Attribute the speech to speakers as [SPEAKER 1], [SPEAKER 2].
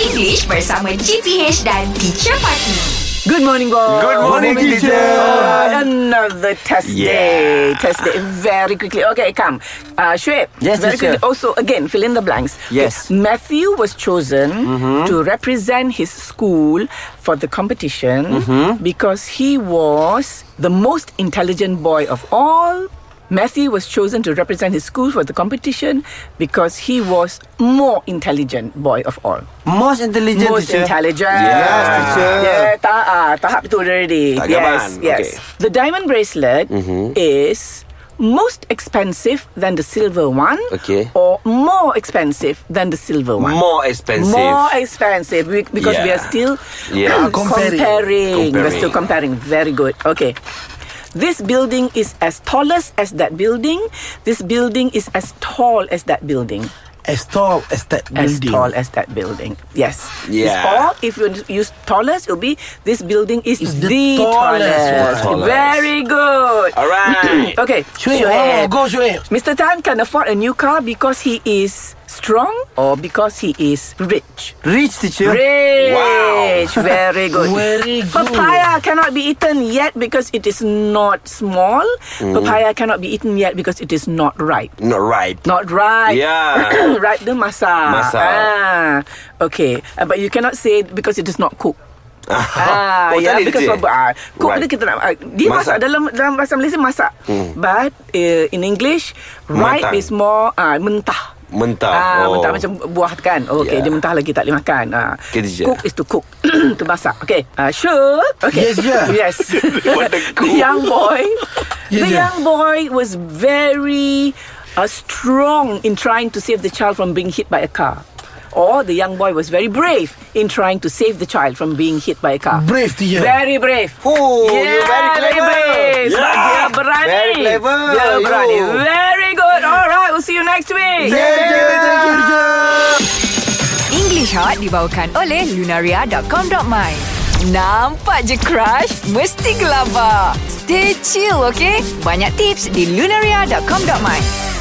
[SPEAKER 1] English bersama GPH dan Teacher Fatih.
[SPEAKER 2] Good morning, boss.
[SPEAKER 3] Good morning, teacher.
[SPEAKER 2] Another test day.
[SPEAKER 3] Yeah.
[SPEAKER 2] Test day. Very quickly. Okay, come. Uh, Shweb.
[SPEAKER 3] Yes,
[SPEAKER 2] very quickly.
[SPEAKER 3] teacher.
[SPEAKER 2] Also, again, fill in the blanks.
[SPEAKER 3] Yes.
[SPEAKER 2] Okay,
[SPEAKER 3] Mm-hmm.
[SPEAKER 2] Matthew was chosen to represent his school for the competition
[SPEAKER 3] Mm-hmm.
[SPEAKER 2] because he was the most intelligent boy of all. Matthew was chosen to represent his school for the competition because he was more intelligent boy of all.
[SPEAKER 3] Most intelligent
[SPEAKER 2] Most
[SPEAKER 3] teacher.
[SPEAKER 2] intelligent.
[SPEAKER 3] Yes, teacher.
[SPEAKER 2] Yeah, tak ah, tahap tu already.
[SPEAKER 3] Tak
[SPEAKER 2] yes,
[SPEAKER 3] gaman.
[SPEAKER 2] yes.
[SPEAKER 3] Okay. Mm-hmm.
[SPEAKER 2] The diamond bracelet is most expensive than the silver one.
[SPEAKER 3] Okay.
[SPEAKER 2] Or more expensive than the silver one.
[SPEAKER 3] More expensive.
[SPEAKER 2] More expensive be- because we are
[SPEAKER 3] Yeah.
[SPEAKER 2] still
[SPEAKER 3] Yeah.
[SPEAKER 2] comparing. We're still comparing. Very good. Okay. This building is as tallest as that building. This building is as tall as that building
[SPEAKER 4] As tall as that
[SPEAKER 2] as
[SPEAKER 4] building.
[SPEAKER 2] tall as that building. Yes.
[SPEAKER 3] Yeah.
[SPEAKER 2] It's- Or if you use tallest, it'll be this building is
[SPEAKER 4] It's
[SPEAKER 2] the,
[SPEAKER 4] the tallest
[SPEAKER 2] tallest.
[SPEAKER 3] one. Tallest.
[SPEAKER 2] Very good.
[SPEAKER 3] All right.
[SPEAKER 2] okay.
[SPEAKER 4] Shuib, oh,
[SPEAKER 2] Shoaib.
[SPEAKER 4] go Shuib.
[SPEAKER 2] Mr. Tan can afford a new car because he is strong or because he is rich.
[SPEAKER 3] Rich teacher.
[SPEAKER 2] Rich.
[SPEAKER 3] Wow.
[SPEAKER 2] Very good.
[SPEAKER 4] Very good.
[SPEAKER 2] Papaya cannot be eaten yet because it is not small. Papaya cannot be eaten yet because it is not ripe.
[SPEAKER 3] Not right.
[SPEAKER 2] Not ripe.
[SPEAKER 3] Yeah.
[SPEAKER 2] right the masak.
[SPEAKER 3] Masak.
[SPEAKER 2] Ah. Okay. Uh, but you cannot say because it is not cooked. Ah,
[SPEAKER 3] Oh,
[SPEAKER 2] yeah,
[SPEAKER 3] tadi
[SPEAKER 2] because
[SPEAKER 3] dia.
[SPEAKER 2] for ah, cook
[SPEAKER 3] Right.
[SPEAKER 2] ni kita nak ah, dia masak,
[SPEAKER 3] Masak. Hmm.
[SPEAKER 2] dalam dalam bahasa Malaysia masak. But uh, in English ripe
[SPEAKER 3] Matang.
[SPEAKER 2] is more ah mentah.
[SPEAKER 3] Mentah.
[SPEAKER 2] Ah,
[SPEAKER 3] Oh. Ya.
[SPEAKER 2] mentah macam buah kan. Okay,
[SPEAKER 3] Yeah.
[SPEAKER 2] dia mentah lagi tak boleh makan. Ah.
[SPEAKER 3] Okay, teacher.
[SPEAKER 2] cook is to cook, to masak. Okay. Ah, sure. Okay.
[SPEAKER 4] Yes, yeah.
[SPEAKER 2] Yes.
[SPEAKER 3] What ya. the cook. Ya,
[SPEAKER 2] young boy.
[SPEAKER 4] Yes,
[SPEAKER 2] the
[SPEAKER 4] yeah.
[SPEAKER 2] young boy was very uh, strong in trying to save the child from being hit by a car. Or the young boy was very brave in trying to save the child from being hit by a car.
[SPEAKER 4] Brave teacher.
[SPEAKER 2] Very brave.
[SPEAKER 3] Oh,
[SPEAKER 2] yeah,
[SPEAKER 3] you very clever.
[SPEAKER 2] Brave. Sebab
[SPEAKER 3] Yeah.
[SPEAKER 2] dia berani.
[SPEAKER 3] Very clever,
[SPEAKER 2] Dia
[SPEAKER 3] you.
[SPEAKER 2] berani. Very good. All right, we'll see you next week.
[SPEAKER 1] English Hot dibawakan oleh Lunaria.com.my Nampak je crush? Mesti gelabah. Stay chill, okay? Banyak tips di Lunaria.com.my